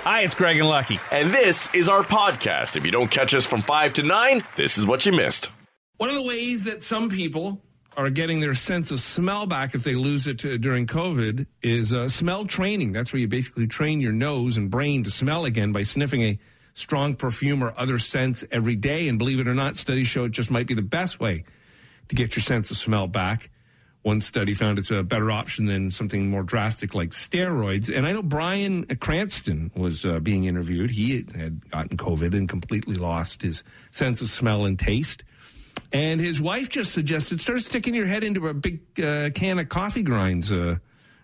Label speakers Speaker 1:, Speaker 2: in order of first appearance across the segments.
Speaker 1: Hi, it's Greg and Lucky.
Speaker 2: And this is our podcast. If you don't catch us from 5 to 9, this is what you missed.
Speaker 3: One of the ways that some people are getting their sense of smell back if they lose it uh, during COVID is uh, smell training. That's where you basically train your nose and brain to smell again by sniffing a strong perfume or other scents every day. And believe it or not, studies show it just might be the best way to get your sense of smell back. One study found it's a better option than something more drastic like steroids. And I know Brian Cranston was uh, being interviewed. He had gotten COVID and completely lost his sense of smell and taste. And his wife just suggested start sticking your head into a big uh, can of coffee grinds uh,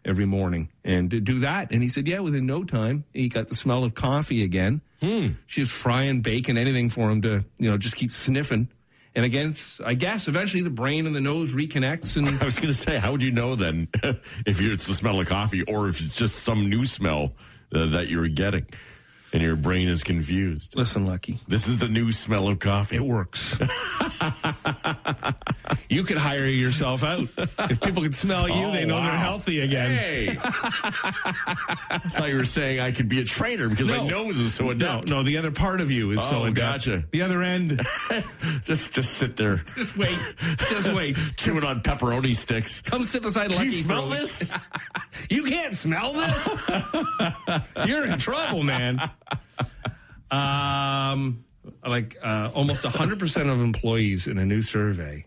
Speaker 3: every morning and to do that. And he said, yeah, within no time, he got the smell of coffee again. Hmm. She was frying bacon, anything for him to, you know, just keep sniffing. And again, I guess eventually the brain and the nose reconnects and
Speaker 4: I was going to say, how would you know then if it's the smell of coffee or if it's just some new smell uh, that you're getting and your brain is confused?
Speaker 3: listen, Lucky.
Speaker 4: This is the new smell of coffee.
Speaker 3: It works. you could hire yourself out. If people can smell you,
Speaker 4: Oh,
Speaker 3: they know they're
Speaker 4: wow.
Speaker 3: healthy again.
Speaker 4: Hey! I thought you were saying I could be a trainer because my
Speaker 3: No.
Speaker 4: nose is so
Speaker 3: No,
Speaker 4: adept.
Speaker 3: no, the other part of you is so
Speaker 4: Oh,
Speaker 3: adept.
Speaker 4: gotcha.
Speaker 3: The other end.
Speaker 4: Just just sit there
Speaker 3: Just wait. Just wait.
Speaker 4: chewing on pepperoni sticks.
Speaker 3: Come sit beside
Speaker 4: Do
Speaker 3: Lucky.
Speaker 4: you
Speaker 3: for a
Speaker 4: smell
Speaker 3: week.
Speaker 4: this?
Speaker 3: You can't smell this. You're in trouble, man. Um, like uh, almost 100% of employees in a new survey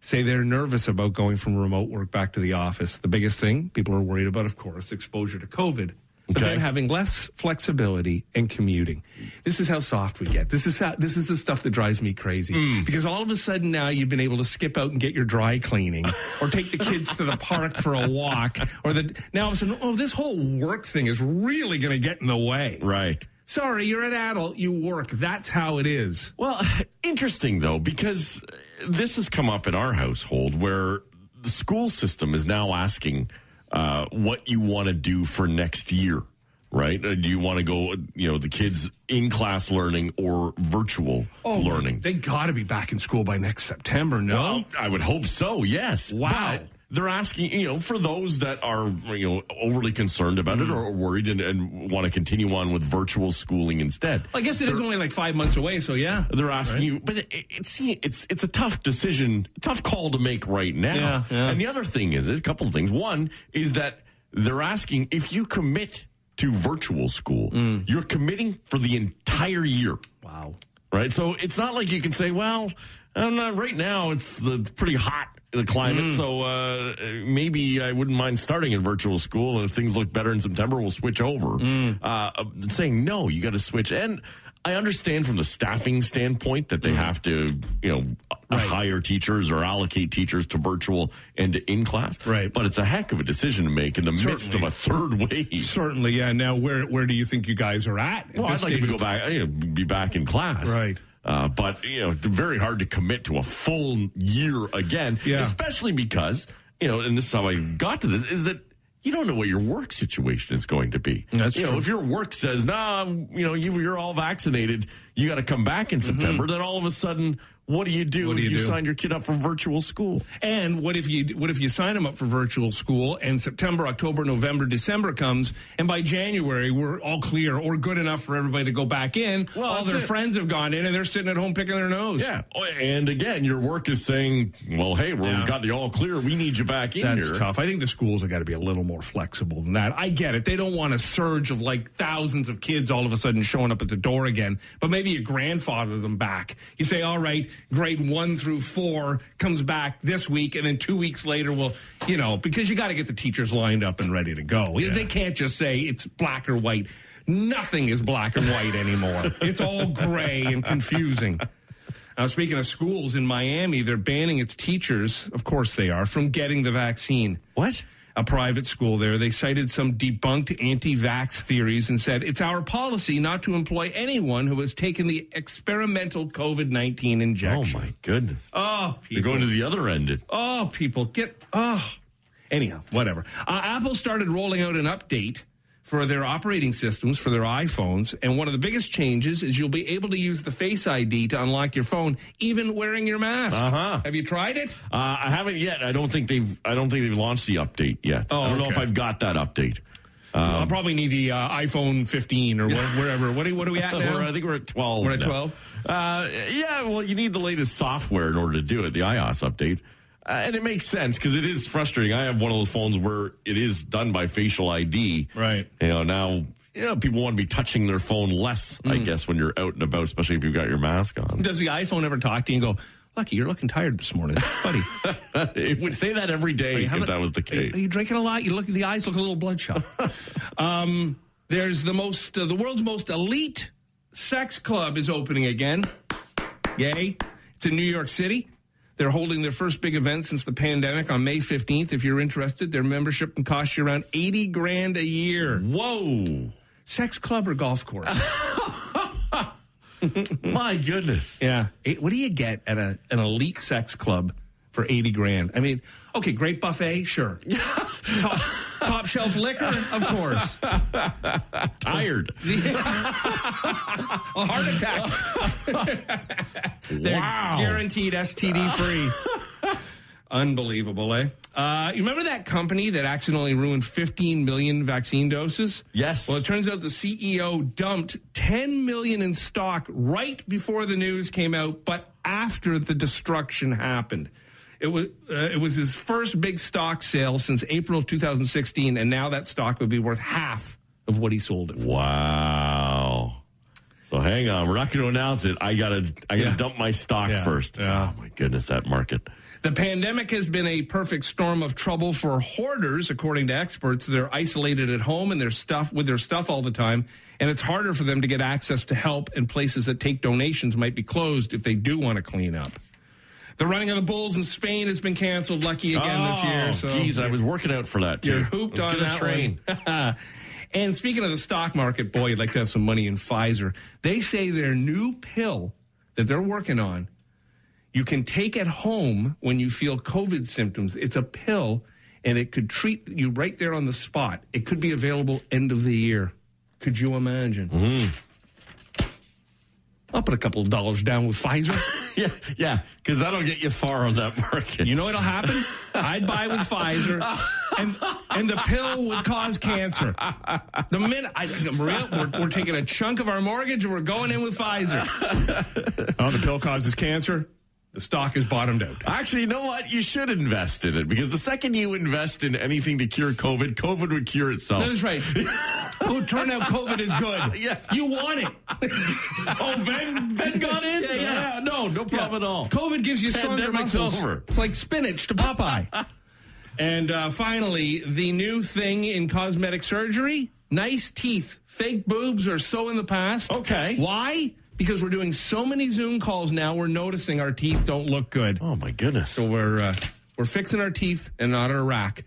Speaker 3: say they're nervous about going from remote work back to the office. The biggest thing people are worried about, of course, exposure to COVID. But
Speaker 4: Okay.
Speaker 3: then having less flexibility and commuting. This is how soft we get. This is how this is the stuff that drives me crazy.
Speaker 4: Hmm.
Speaker 3: Because all of a sudden now you've been able to skip out and get your dry cleaning or take the kids to the park for a walk. Or the now all of a sudden, oh, this whole work thing is really gonna get in the way.
Speaker 4: Right.
Speaker 3: Sorry, you're an adult, you work. That's how it is.
Speaker 4: Well, interesting though, because this has come up in our household where the school system is now asking uh, what you want to do for next year, right? Uh, Do you want to go, you know, the kids in class learning or virtual
Speaker 3: Oh,
Speaker 4: learning?
Speaker 3: They gotta be back in school by next September, no?
Speaker 4: Well, I would hope so. Yes.
Speaker 3: Wow.
Speaker 4: But they're asking, you know, for those that are you know overly concerned about it or worried and, and want to continue on with virtual schooling instead.
Speaker 3: I guess it is only like five months away, so yeah.
Speaker 4: They're asking you, but it- it's it's it's a tough decision, tough call to make right now.
Speaker 3: Yeah, yeah.
Speaker 4: And the other thing is, is a couple of things. One is that they're asking if you commit to virtual school,
Speaker 3: Mm.
Speaker 4: you're committing for the entire year,
Speaker 3: Wow.
Speaker 4: right? So it's not like you can say, well, I'm not right now. It's the it's pretty hot the climate, so uh, maybe I wouldn't mind starting in virtual school. And if things look better in September, we'll switch over. Uh, I'm saying no, you got to switch. And I understand from the staffing standpoint that they have to, you know, hire teachers or allocate teachers to virtual and to in class.
Speaker 3: Right.
Speaker 4: But it's a heck of a decision to make in the midst of a third wave.
Speaker 3: Certainly, yeah. Now, where where do you think you guys are at? at
Speaker 4: Well, I'd
Speaker 3: this
Speaker 4: like to
Speaker 3: stage?
Speaker 4: go back, you know, be back in class,
Speaker 3: Right.
Speaker 4: Uh, but you know, it's very hard to commit to a full year again,
Speaker 3: Yeah.
Speaker 4: especially because you know, and this is how I got to this is that you don't know what your work situation is going to be.
Speaker 3: That's
Speaker 4: you
Speaker 3: true.
Speaker 4: know, if your work says, "Nah, you know, you, you're all vaccinated, you got to come back in September," then all of a sudden, what do you do
Speaker 3: Mm-hmm. What do
Speaker 4: if
Speaker 3: you
Speaker 4: you,
Speaker 3: do?
Speaker 4: sign your kid up for virtual school?
Speaker 3: And what if you what if you sign them up for virtual school and September, October, November, December comes, and by January we're all clear or good enough for everybody to go back in.
Speaker 4: Well,
Speaker 3: all
Speaker 4: that's
Speaker 3: their
Speaker 4: it.
Speaker 3: friends have gone in and they're sitting at home picking their nose.
Speaker 4: Yeah, Oh, and again, your work is saying, "Well, hey, we're,
Speaker 3: Yeah.
Speaker 4: we got the all clear. We need you back in
Speaker 3: That's
Speaker 4: here."
Speaker 3: tough. I think the schools have got to be a little more flexible than that. I get it. They don't want a surge of like thousands of kids all of a sudden showing up at the door again, but maybe you grandfather them back. You say, all right, grade one through four comes back this week, and then two weeks later, we'll, you know, because you got to get the teachers lined up and ready to go. They can't just say it's black or white. Nothing is black and white anymore. it's all gray and confusing. Now, speaking of schools in Miami, they're banning its teachers, of course they are, from getting the vaccine.
Speaker 4: What?
Speaker 3: A private school there, they cited some debunked anti vax theories and said, it's our policy not to employ anyone who has taken the experimental COVID 19
Speaker 4: Oh
Speaker 3: injection.
Speaker 4: my goodness.
Speaker 3: Oh,
Speaker 4: You're
Speaker 3: people.
Speaker 4: going to the other end.
Speaker 3: Oh, people, get. Oh. Anyhow, whatever. Uh, Apple started rolling out an update for their operating systems for their iPhones. And one of the biggest changes is you'll be able to use the Face ID to unlock your phone, even wearing your mask.
Speaker 4: Uh-huh.
Speaker 3: Have you tried it?
Speaker 4: Uh, I haven't yet. I don't think they've. I don't think they've launched the update yet.
Speaker 3: Oh,
Speaker 4: I don't know
Speaker 3: okay.
Speaker 4: if I've got that update.
Speaker 3: I'll probably need the uh, iPhone 15 or wh- wherever. What are, what are we at now?
Speaker 4: We're- I think we're at 12.
Speaker 3: We're at
Speaker 4: now.
Speaker 3: 12?
Speaker 4: Uh, yeah, well, you need the latest software in order to do it, the iOS update. Uh, and it makes sense because it is frustrating. I have one of those phones where it is done by facial ID.
Speaker 3: Right.
Speaker 4: You know, now you know, people want to be touching their phone less,
Speaker 3: Mm.
Speaker 4: I guess, when you're out and about, especially if you've got your mask on.
Speaker 3: Does the iPhone ever talk to you and go, Lucky, you're looking tired this morning, buddy?
Speaker 4: it would say that every day if
Speaker 3: haven't-
Speaker 4: that was the
Speaker 3: Are you,
Speaker 4: case.
Speaker 3: are you drinking a lot? You look. The eyes look a little bloodshot. um, there's the most, uh, the world's most elite sex club is opening again. Yay! It's in New York City. They're holding their first big event since the pandemic on May 15th. If you're interested, their membership can cost you around 80 grand a year.
Speaker 4: Mm-hmm. Whoa.
Speaker 3: Sex club or golf course?
Speaker 4: My goodness.
Speaker 3: yeah. Eight- What do you get at a, an elite sex club for 80 grand? I mean, okay, great buffet, sure. top, top shelf liquor, of course.
Speaker 4: Tired.
Speaker 3: A heart attack. They're
Speaker 4: Wow.
Speaker 3: guaranteed STD free. Unbelievable, eh? Uh, you remember that company that accidentally ruined 15 million vaccine doses?
Speaker 4: Yes.
Speaker 3: Well, it turns out the CEO dumped 10 million in stock right before the news came out, but after the destruction happened. It was uh, it was his first big stock sale since April 2016, and now that stock would be worth half of what he sold it for.
Speaker 4: Wow. So hang on, we're not going to announce it. I gotta, I gotta
Speaker 3: Yeah.
Speaker 4: dump my stock
Speaker 3: Yeah.
Speaker 4: first. Oh my goodness, that market.
Speaker 3: The pandemic has been a perfect storm of trouble for hoarders, according to experts. They're isolated at home and their stuff with their stuff all the time, and it's harder for them to get access to help. And places that take donations might be closed if they do want to clean up. The running of the Bulls in Spain has been canceled. Lucky again this
Speaker 4: Oh,
Speaker 3: year. So
Speaker 4: geez, I was working out for that too.
Speaker 3: you're hooped
Speaker 4: I was
Speaker 3: on
Speaker 4: gonna
Speaker 3: that
Speaker 4: train.
Speaker 3: one. and speaking of the stock market, boy, you'd like to have some money in Pfizer. They say their new pill that they're working on, you can take at home when you feel COVID symptoms. It's a pill, and it could treat you right there on the spot. It could be available end of the year. Could you imagine? I'll put a couple of dollars down with Pfizer.
Speaker 4: Yeah, yeah, because that'll get you far on that market.
Speaker 3: You know what'll happen? I'd buy with Pfizer, and and the pill would cause cancer. The minute I, Maria, we're, we're taking a chunk of our mortgage and we're going in with Pfizer. Oh, the pill causes cancer. The stock is bottomed out.
Speaker 4: Actually, you know what? You should invest in it because the second you invest in anything to cure COVID, COVID would cure itself.
Speaker 3: That's right. Oh, turn out COVID is good.
Speaker 4: Yeah.
Speaker 3: You want it. oh, Ven, Ven got in?
Speaker 4: Yeah, yeah, yeah. No, no problem at all.
Speaker 3: COVID gives you stronger
Speaker 4: Pandemic's
Speaker 3: muscles.
Speaker 4: over.
Speaker 3: It's like spinach to Popeye. and uh, finally, the new thing in cosmetic surgery nice teeth. Fake boobs are so in the past.
Speaker 4: Okay.
Speaker 3: Why? Because we're doing so many Zoom calls now, we're noticing our teeth don't look good.
Speaker 4: Oh my goodness.
Speaker 3: We're uh, we're fixing our teeth and not our rack.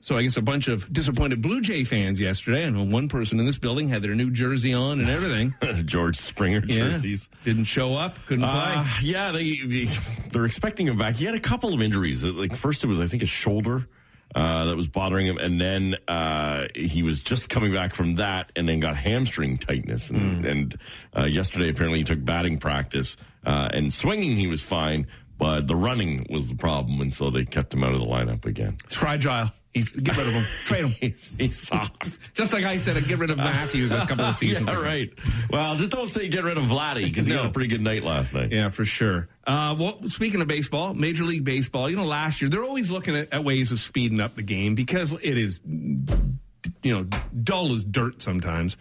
Speaker 3: So I guess a bunch of disappointed Blue Jay fans yesterday, and one person in this building had their new jersey on and everything.
Speaker 4: George Springer
Speaker 3: Yeah.
Speaker 4: jerseys.
Speaker 3: didn't show up, couldn't
Speaker 4: Uh,
Speaker 3: play.
Speaker 4: yeah, they, they they're expecting him back. He had a couple of injuries. Like first, it was I think his shoulder uh, that was bothering him, and then uh, he was just coming back from that, and then got hamstring tightness.
Speaker 3: Hmm.
Speaker 4: And, and uh, yesterday, apparently, he took batting practice uh, and swinging. He was fine, but the running was the problem, and so they kept him out of the lineup again.
Speaker 3: It's fragile. He's get rid of him, trade him.
Speaker 4: He's, he's soft.
Speaker 3: Just like I said, I'd get rid of Matthews a couple of seasons.
Speaker 4: yeah,
Speaker 3: ago.
Speaker 4: right. Well, just don't say get rid of Vladdy because he
Speaker 3: No.
Speaker 4: had a pretty good night last night.
Speaker 3: Yeah, for sure. Uh, well, speaking of baseball, Major League Baseball, you know, last year they're always looking at, at ways of speeding up the game because it is, you know, dull as dirt sometimes.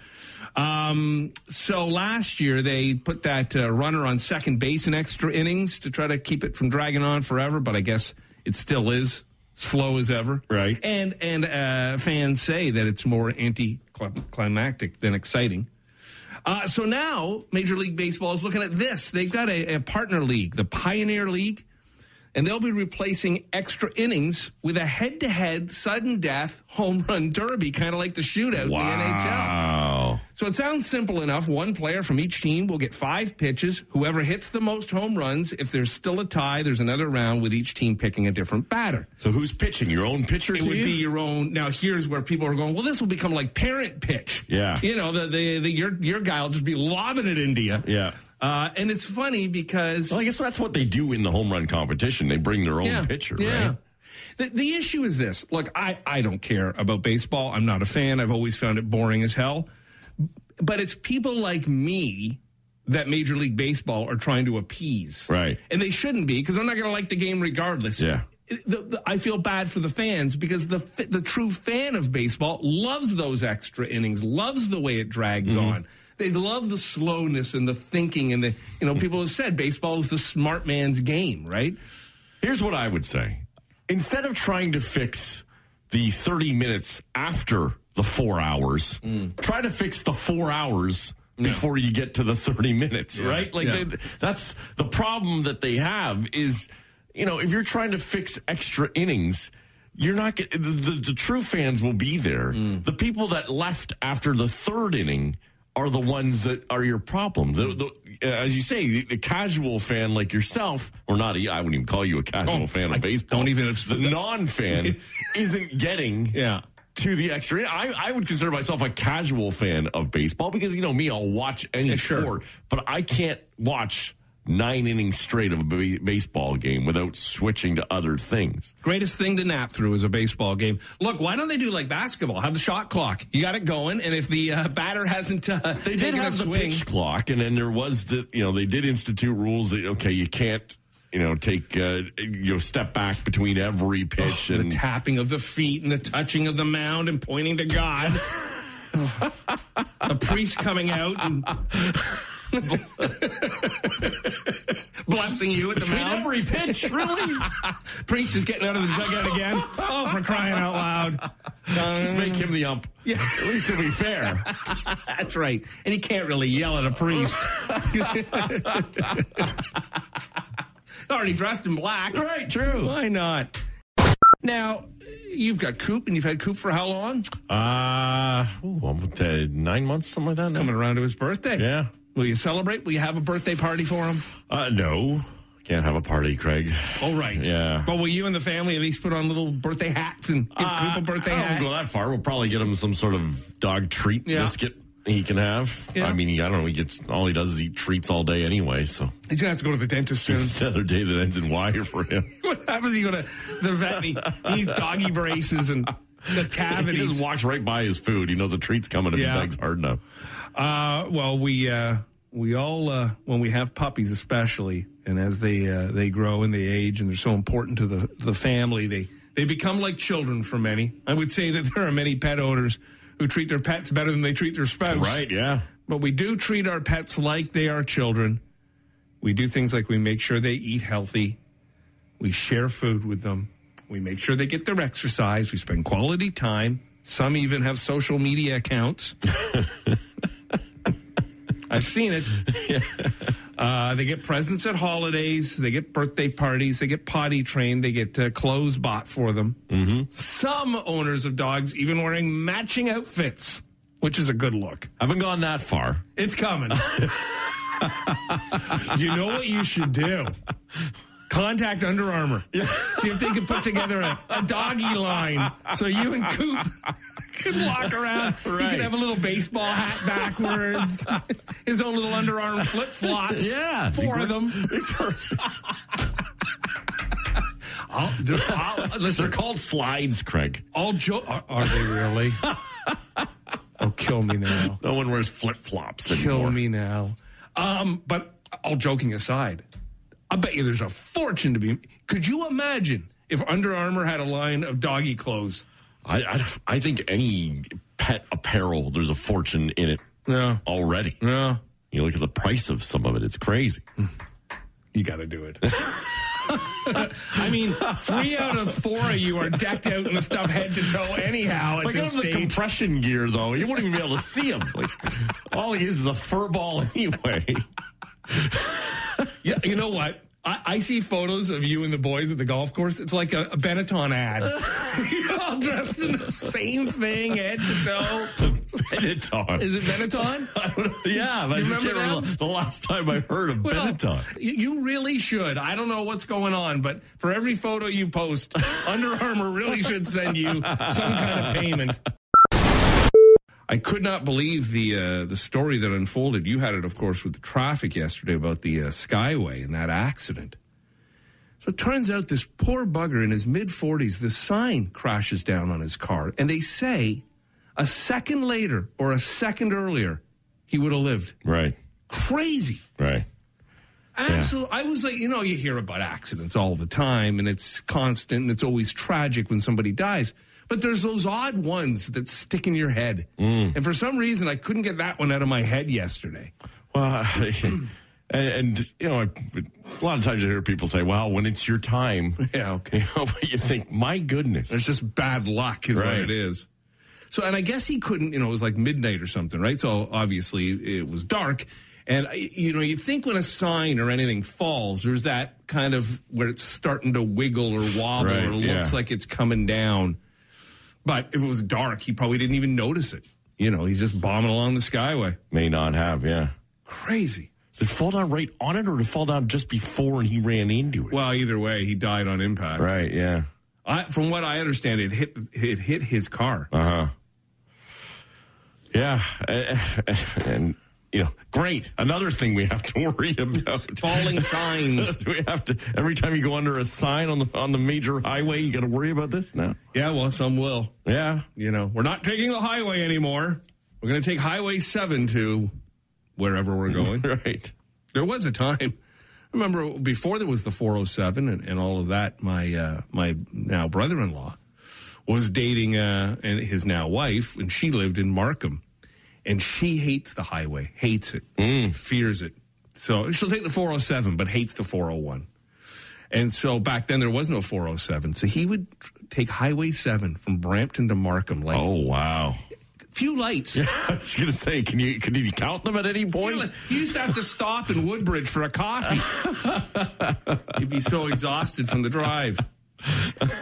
Speaker 3: Um, so last year they put that uh, runner on second base in extra innings to try to keep it from dragging on forever, but I guess it still is slow as ever.
Speaker 4: Right.
Speaker 3: And and uh, fans say that it's more anticlimactic than exciting. Uh, so now Major League Baseball is looking at this. They've got a, a partner league, the Pioneer League, and they'll be replacing extra innings with a head-to-head sudden death home run derby, kind of like the shootout in the NHL.
Speaker 4: Wow.
Speaker 3: So it sounds simple enough. One player from each team will get five pitches. Whoever hits the most home runs, if there's still a tie, there's another round with each team picking a different batter.
Speaker 4: So who's pitching? Your own pitcher?
Speaker 3: It would be your own. Now here's where people are going. Well, this will become like parent pitch.
Speaker 4: Yeah.
Speaker 3: you know the the, the your your guy will just be lobbing it into you.
Speaker 4: Yeah.
Speaker 3: uh, and it's funny because
Speaker 4: Well, I guess that's what they do in the home run competition. They bring their own
Speaker 3: yeah,
Speaker 4: pitcher,
Speaker 3: yeah.
Speaker 4: right?
Speaker 3: The, the issue is this. Look, I, I don't care about baseball. I'm not a fan. I've always found it boring as hell. But it's people like me that Major League Baseball are trying to appease.
Speaker 4: Right.
Speaker 3: And they shouldn't be because I'm not going to like the game regardless.
Speaker 4: Yeah.
Speaker 3: The, the, I feel bad for the fans because the f- the true fan of baseball loves those extra innings, loves the way it drags on. They love the slowness and the thinking and the you know people have said baseball is the smart man's game, right?
Speaker 4: Here's what I would say. Instead of trying to fix the 30 minutes after the four hours,
Speaker 3: Mm.
Speaker 4: try to fix the four hours before you get to the 30 minutes, right? Like,
Speaker 3: Yeah.
Speaker 4: they, that's the problem that they have is, you know, if you're trying to fix extra innings, you're not get, the, the, the true fans will be there.
Speaker 3: Mm.
Speaker 4: The people that left after the third inning are the ones that are your problem. The, the, uh, as you say, the, the casual fan like yourself, or not, I wouldn't even call you a casual
Speaker 3: Oh,
Speaker 4: fan of
Speaker 3: I
Speaker 4: baseball.
Speaker 3: don't even-
Speaker 4: the non fan isn't getting
Speaker 3: Yeah.
Speaker 4: to the extra. I, I would consider myself a casual fan of baseball because you know me, I'll watch any
Speaker 3: Yeah, sure.
Speaker 4: sport, but I can't watch nine innings straight of a ba- baseball game without switching to other things.
Speaker 3: Greatest thing to nap through is a baseball game. Look, why don't they do like basketball? Have the shot clock. You got it going, and if the uh, batter hasn't, uh,
Speaker 4: They did have the
Speaker 3: swing,
Speaker 4: pitch clock, and then there was the you know they did institute rules that okay you can't you know take uh, you know step back between every pitch
Speaker 3: the
Speaker 4: and
Speaker 3: tapping of the feet and the touching of the mound and pointing to God. a priest coming out and blessing you at the mound.
Speaker 4: every pitch really
Speaker 3: priest is getting out of the dugout again. Oh, for crying out loud.
Speaker 4: just make him the ump. Yeah, at least it'll be fair.
Speaker 3: That's right. And you can't really yell at a priest. Already dressed in black.
Speaker 4: right, true.
Speaker 3: Why not? Now, you've got Coop, and you've had Coop for how long?
Speaker 4: Uh, ooh, I'm, uh, nine months, something like that. now.
Speaker 3: Coming around to his birthday.
Speaker 4: Yeah.
Speaker 3: Will you celebrate? Will you have a birthday party for him?
Speaker 4: Uh, no, can't have a party, Craig.
Speaker 3: All right.
Speaker 4: Yeah.
Speaker 3: But will you and the family at least put on little birthday hats and give
Speaker 4: Uh,
Speaker 3: Coop a birthday
Speaker 4: I
Speaker 3: hat?
Speaker 4: won't go that far. We'll probably get him some sort of dog treat
Speaker 3: Yeah.
Speaker 4: biscuit he can have.
Speaker 3: Yeah.
Speaker 4: I mean, he, I don't know. He gets all he does is eat treats all day anyway. So
Speaker 3: He's gonna have to go to the dentist soon.
Speaker 4: another day that ends in Y for him.
Speaker 3: what happens? You go to the vet. And he he needs doggy braces and the
Speaker 4: he just
Speaker 3: cavities.
Speaker 4: walks right by his food. He knows a treat's coming if
Speaker 3: Yeah.
Speaker 4: he begs hard enough.
Speaker 3: Uh, well, we uh, we all uh, when we have puppies, especially, and as they uh, they grow and they age, and they're so important to the the family, they they become like children for many. I would say that there are many pet owners who treat their pets better than they treat their spouse.
Speaker 4: Right? Yeah.
Speaker 3: But we do treat our pets like they are children. We do things like we make sure they eat healthy. We share food with them. We make sure they get their exercise. We spend quality time. Some even have social media accounts. I've seen it. Uh, they get presents at holidays. They get birthday parties. They get potty trained. They get uh, clothes bought for them. Mm-hmm. Some owners of dogs even wearing matching outfits, which is a good look.
Speaker 4: I haven't gone that far.
Speaker 3: It's coming. you know what you should do? Contact Under Armour. See if they can put together a, a doggy line so you and Coop can walk around. He
Speaker 4: Right.
Speaker 3: can have a little baseball hat backwards, his own little underarm flip flops.
Speaker 4: Yeah.
Speaker 3: Four of them. I'll, I'll, listen,
Speaker 4: They're called slides, Craig.
Speaker 3: all jo- are, are they really? oh, kill me now.
Speaker 4: No one wears flip flops
Speaker 3: kill
Speaker 4: anymore.
Speaker 3: me now. Um, but all joking aside, I bet you there's a fortune to be. Could you imagine if Under Armour had a line of doggy clothes?
Speaker 4: I, I, I think any pet apparel, there's a fortune in it
Speaker 3: Yeah.
Speaker 4: already.
Speaker 3: Yeah.
Speaker 4: You look at the price of some of it, it's crazy.
Speaker 3: You got to do it. I mean, three out of four of you are decked out in the stuff head to toe, anyhow. At
Speaker 4: Like
Speaker 3: this
Speaker 4: out of the
Speaker 3: stage,
Speaker 4: compression gear, though, you wouldn't even be able to see him. Like, all he is is a fur ball anyway.
Speaker 3: Yeah, you know what? I, I see photos of you and the boys at the golf course. It's like a, a Benetton ad. You're all dressed in the same thing, head to toe.
Speaker 4: Benetton.
Speaker 3: Is it Benetton?
Speaker 4: yeah, but I
Speaker 3: You
Speaker 4: just can't
Speaker 3: remember
Speaker 4: remember
Speaker 3: them?
Speaker 4: the last time I heard of
Speaker 3: Well,
Speaker 4: Benetton.
Speaker 3: y- You really should. I don't know what's going on, but for every photo you post, Under Armour really should send you some kind of payment. I could not believe the uh, the story that unfolded. You had it, of course, with the traffic yesterday about the uh, Skyway and that accident. So it turns out this poor bugger in his mid 40s, the sign crashes down on his car. And they say a second later or a second earlier, he would have lived.
Speaker 4: Right.
Speaker 3: Crazy.
Speaker 4: Right.
Speaker 3: Absolutely. I was like, you know, you hear about accidents all the time and it's constant and it's always tragic when somebody dies. But there's those odd ones that stick in your head. And for some reason, I couldn't get that one out of my head yesterday.
Speaker 4: Well, and, and you know, I, a lot of times I hear people say, "Well, when it's your time,"
Speaker 3: Yeah,
Speaker 4: you know, but you think, "My goodness,
Speaker 3: It's just bad luck, is what
Speaker 4: Right.
Speaker 3: it is. So, and I guess he couldn't, you know, it was like midnight or something, right? So obviously it was dark. And, I- you know, you think when a sign or anything falls, there's that kind of where it's starting to wiggle or wobble
Speaker 4: Right,
Speaker 3: or looks
Speaker 4: yeah.
Speaker 3: like it's coming down. But if it was dark, he probably didn't even notice it. You know, he's just bombing along the skyway.
Speaker 4: may not have." Yeah.
Speaker 3: Crazy.
Speaker 4: Did it fall down right on it, or did it fall down just before and he ran into it?
Speaker 3: Well, either way, he died on impact.
Speaker 4: right. Yeah.
Speaker 3: I, from what I understand, it hit it hit his car.
Speaker 4: Uh. Yeah. And you know, great. Another thing we have to worry about.
Speaker 3: Falling signs.
Speaker 4: Do we have to every time you go under a sign on the on the major highway, you got to worry about this now?
Speaker 3: Yeah, well, some will.
Speaker 4: Yeah.
Speaker 3: you know, we're not taking the highway anymore. We're going to take Highway 7 to wherever we're going.
Speaker 4: Right.
Speaker 3: there was a time. I remember before there was the 407 and, and all of that, my, uh, my now brother in law was dating uh, and his now wife, and she lived in Markham. And she hates the highway, hates it, fears it. So she'll take the 407, but hates the 401. And so back then there was no 407. So he would tr- take Highway 7 from Brampton to Markham, like
Speaker 4: Oh wow.
Speaker 3: few lights.
Speaker 4: I was gonna say, can you can you count them at any
Speaker 3: Boy,
Speaker 4: point?
Speaker 3: you used to have to stop in Woodbridge for a coffee. You'd be so exhausted from the drive.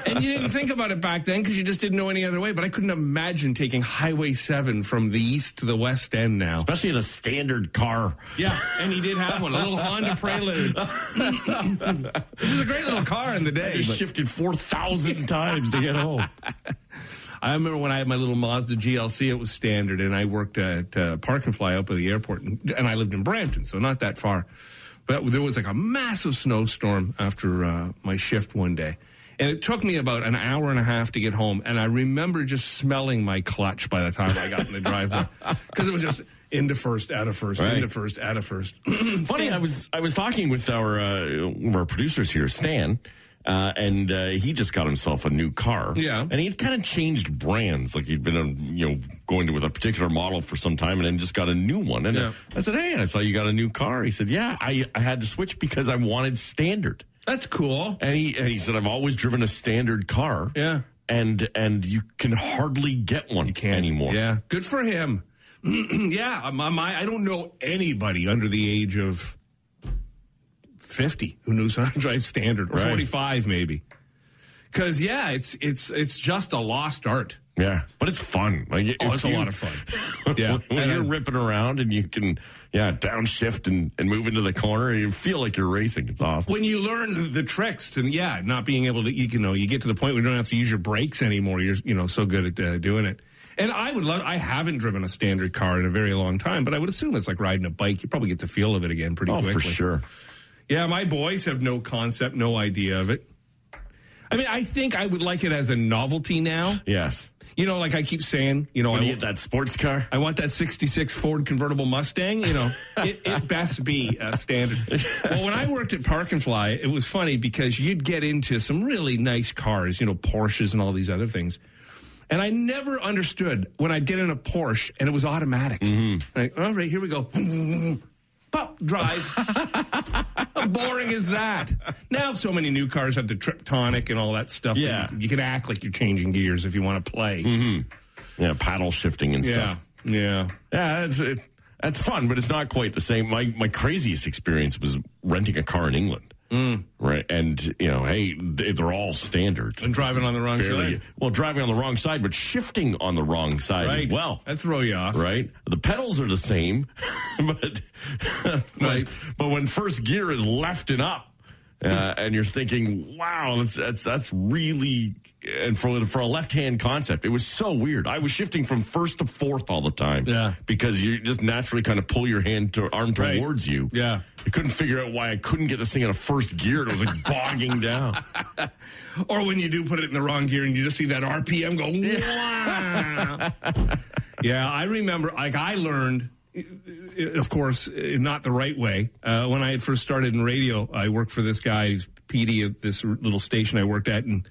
Speaker 3: And you didn't think about it back then because you just didn't know any other way. But I couldn't imagine taking Highway 7 from the east to the west end now.
Speaker 4: Especially in a standard car.
Speaker 3: Yeah, and he did have one, a little Honda Prelude. it was a great little car in the
Speaker 4: I
Speaker 3: day.
Speaker 4: just
Speaker 3: but-
Speaker 4: shifted four thousand times to get home.
Speaker 3: I remember when I had my little Mazda GLC, it was standard, and I worked at uh, Park and Fly up at the airport, and, and I lived in Brampton, so not that far. But there was like a massive snowstorm after uh, my shift one day. And it took me about an hour and a half to get home. And I remember just smelling my clutch by the time I got in the driveway. Because it was just into first, out of first,
Speaker 4: Right.
Speaker 3: into first, out of first.
Speaker 4: Funny, I was I was talking with our uh, one of our producers here, Stan, uh, and uh, he just got himself a new car.
Speaker 3: Yeah.
Speaker 4: and he had kind of changed brands. Like he'd been, um, you know, going to, with a particular model for some time, and then just got a new one. And uh,
Speaker 3: Yeah.
Speaker 4: I said, "Hey, I saw you got a new car." He said, "Yeah, I, I had to switch because I wanted standard."
Speaker 3: That's cool.
Speaker 4: And he and he said, "I've always driven a standard car."
Speaker 3: Yeah.
Speaker 4: and and you can hardly get one anymore.
Speaker 3: Yeah, good for him. yeah, my, my, I don't know anybody under the age of fifty who knows how to drive standard, or
Speaker 4: Right.
Speaker 3: forty-five maybe. Because yeah, it's it's it's just a lost art.
Speaker 4: Yeah, but it's fun. Like,
Speaker 3: Oh,
Speaker 4: if
Speaker 3: it's a
Speaker 4: you-
Speaker 3: lot of fun. Yeah.
Speaker 4: when
Speaker 3: And
Speaker 4: you're
Speaker 3: I-
Speaker 4: ripping around and you can, yeah, downshift and, and move into the corner, you feel like you're racing. It's awesome.
Speaker 3: When you learn the tricks, and yeah, not being able to, you, can know, you get to the point where you don't have to use your brakes anymore. You're you know so good at uh, doing it. And I would love. I haven't driven a standard car in a very long time, but I would assume it's like riding a bike. You probably get the feel of it again pretty
Speaker 4: oh,
Speaker 3: quickly.
Speaker 4: for sure.
Speaker 3: Yeah, my boys have no concept, no idea of it. I mean, I think I would like it as a novelty now.
Speaker 4: Yes.
Speaker 3: You know, like I keep saying, you know, I,
Speaker 4: When you
Speaker 3: w-
Speaker 4: get that sports car.
Speaker 3: I want that 66 Ford convertible Mustang. You know, it, it best be a standard. Well, when I worked at Park and Fly, it was funny because you'd get into some really nice cars, you know, Porsches and all these other things. And I never understood when I'd get in a Porsche and it was automatic. Like, all right, here we go. Pop, drive. How boring is that? Now, so many new cars have the Triptonic and all that stuff. that
Speaker 4: Yeah.
Speaker 3: You, you can act like you're changing gears if you want to play.
Speaker 4: Yeah, paddle shifting and
Speaker 3: Mm-hmm. Yeah.
Speaker 4: stuff.
Speaker 3: Yeah.
Speaker 4: Yeah, that's, it, that's fun, but it's not quite the same. My, my craziest experience was renting a car in England.
Speaker 3: Mm.
Speaker 4: Right. And, you know, hey, they- they're all standard.
Speaker 3: and driving on the wrong
Speaker 4: Barely,
Speaker 3: side.
Speaker 4: well, driving on the wrong side, but shifting on the wrong side
Speaker 3: Right.
Speaker 4: as well.
Speaker 3: that throw you off.
Speaker 4: right? The pedals are the same, but, but
Speaker 3: Right.
Speaker 4: but when first gear is left and up, uh, and you're thinking, "Wow, that's that's, that's really." And for for a left hand concept, it was so weird. I was shifting from first to fourth all the time,
Speaker 3: Yeah.
Speaker 4: because you just naturally kind of pull your hand to arm
Speaker 3: Right.
Speaker 4: towards you.
Speaker 3: Yeah.
Speaker 4: I couldn't figure out why I couldn't get this thing out of first gear. and It was like bogging down.
Speaker 3: Or when you do put it in the wrong gear and you just see that RPM go. "Wah." yeah, I remember. Like I learned, i- i- of course, i- not the right way. Uh, when I had first started in radio, I worked for this guy. He's PD at this r- little station I worked at, and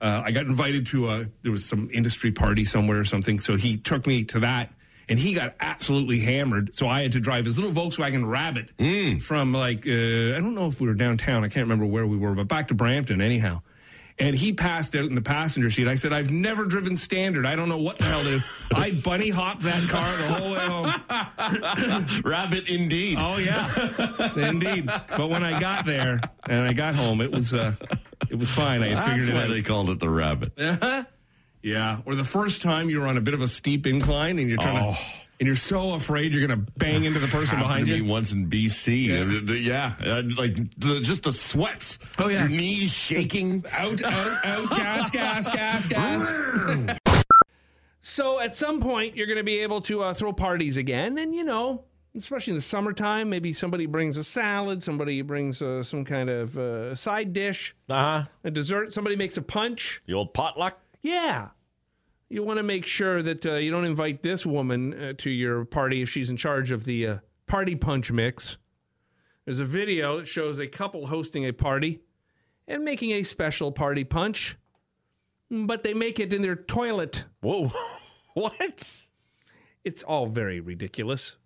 Speaker 3: uh, I got invited to a there was some industry party somewhere or something. So he took me to that. And he got absolutely hammered, so I had to drive his little Volkswagen Rabbit from like uh, I don't know if we were downtown, I can't remember where we were, but back to Brampton anyhow. And he passed out in the passenger seat. I said, I've never driven standard. I don't know what the hell to do. I bunny hopped that car the whole way home.
Speaker 4: Rabbit, indeed.
Speaker 3: Oh, yeah. Indeed. But when I got there and I got home, it was uh, it was fine. I had
Speaker 4: That's
Speaker 3: figured
Speaker 4: why
Speaker 3: it out.
Speaker 4: they called it the rabbit.
Speaker 3: yeah. Or the first time you were on a bit of a steep incline and you're trying to,
Speaker 4: Oh.
Speaker 3: and you're so afraid you're going to bang into the person
Speaker 4: Happened
Speaker 3: behind
Speaker 4: to
Speaker 3: you.
Speaker 4: me once in BC.
Speaker 3: Yeah.
Speaker 4: Yeah, yeah. Uh, like the, just the sweats.
Speaker 3: Oh, yeah.
Speaker 4: your knees shaking.
Speaker 3: out, out, out, gas, gas, gas, gas. so at some point, you're going to be able to uh, throw parties again, and you know. Especially in the summertime, maybe somebody brings a salad, somebody brings uh, some kind of uh, side dish,
Speaker 4: Uh huh.
Speaker 3: a dessert, somebody makes a punch.
Speaker 4: The old potluck.
Speaker 3: Yeah. You want to make sure that uh, you don't invite this woman uh, to your party if she's in charge of the uh, party punch mix. There's a video that shows a couple hosting a party and making a special party punch, but they make it in their toilet.
Speaker 4: Whoa. what?
Speaker 3: It's all very ridiculous.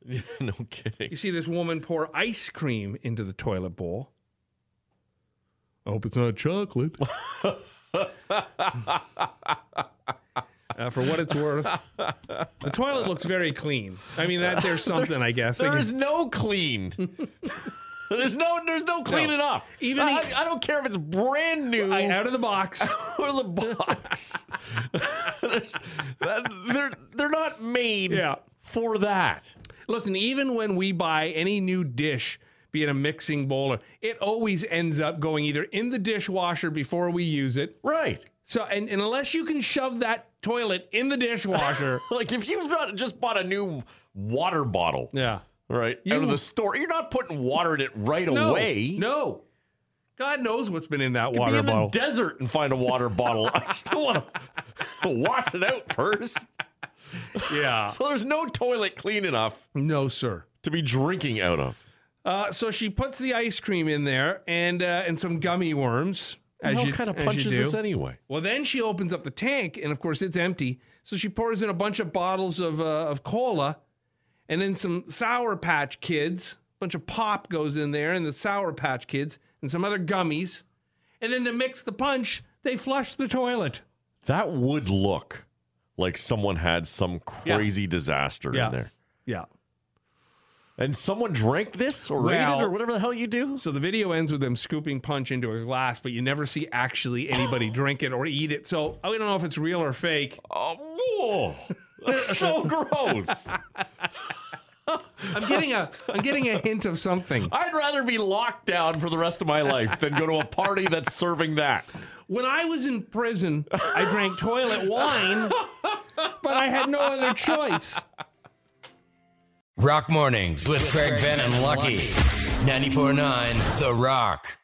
Speaker 4: no kidding.
Speaker 3: You see this woman pour ice cream into the toilet bowl. I hope it's not chocolate. Uh, for what it's worth, the toilet looks very clean. I mean, that there's something, I guess. They
Speaker 4: There
Speaker 3: can-
Speaker 4: is no clean. there's no. There's no clean
Speaker 3: No.
Speaker 4: enough.
Speaker 3: Even
Speaker 4: I,
Speaker 3: the-
Speaker 4: I don't care if it's brand new
Speaker 3: I- out of the box.
Speaker 4: or the box. There's- that- they're they're not made
Speaker 3: Yeah.
Speaker 4: for that.
Speaker 3: Listen, even when we buy any new dish, be it a mixing bowl, or, it always ends up going either in the dishwasher before we use it.
Speaker 4: Right.
Speaker 3: So, and, and unless you can shove that toilet in the dishwasher,
Speaker 4: Like if you've not just bought a new water bottle,
Speaker 3: yeah.
Speaker 4: right, out of the store, you're not putting water in it right
Speaker 3: No,
Speaker 4: away.
Speaker 3: No. God knows what's been in that
Speaker 4: Be
Speaker 3: water
Speaker 4: in
Speaker 3: bottle.
Speaker 4: the desert and find a water bottle. I still want to wash it out first.
Speaker 3: yeah.
Speaker 4: So there's no toilet clean enough
Speaker 3: No, sir.
Speaker 4: to be drinking out of.
Speaker 3: Uh, so she puts the ice cream in there and uh, and some gummy worms. As
Speaker 4: How
Speaker 3: you,
Speaker 4: kind of
Speaker 3: as you
Speaker 4: punches
Speaker 3: do.
Speaker 4: this anyway?
Speaker 3: Well, then she opens up the tank, and of course it's empty. So she pours in a bunch of bottles of uh, of cola, and then some Sour Patch Kids. A bunch of pop goes in there, and the Sour Patch Kids, and some other gummies. And then to mix the punch, they flush the toilet.
Speaker 4: That would look like someone had some crazy disaster
Speaker 3: Yeah.
Speaker 4: in there.
Speaker 3: Yeah.
Speaker 4: And someone drank this or
Speaker 3: Well-
Speaker 4: rated or whatever the hell you do.
Speaker 3: So the video ends with them scooping punch into a glass, but you never see actually anybody drink it or eat it. So I don't know if it's real or fake.
Speaker 4: Oh, whoa. That's so gross.
Speaker 3: I'm getting a I'm getting a hint of something.
Speaker 4: I'd rather be locked down for the rest of my life than go to a party that's serving that.
Speaker 3: When I was in prison, I drank toilet wine, but I had no other choice.
Speaker 1: Rock Mornings with Craig Ben and Lucky. 94.9 The Rock.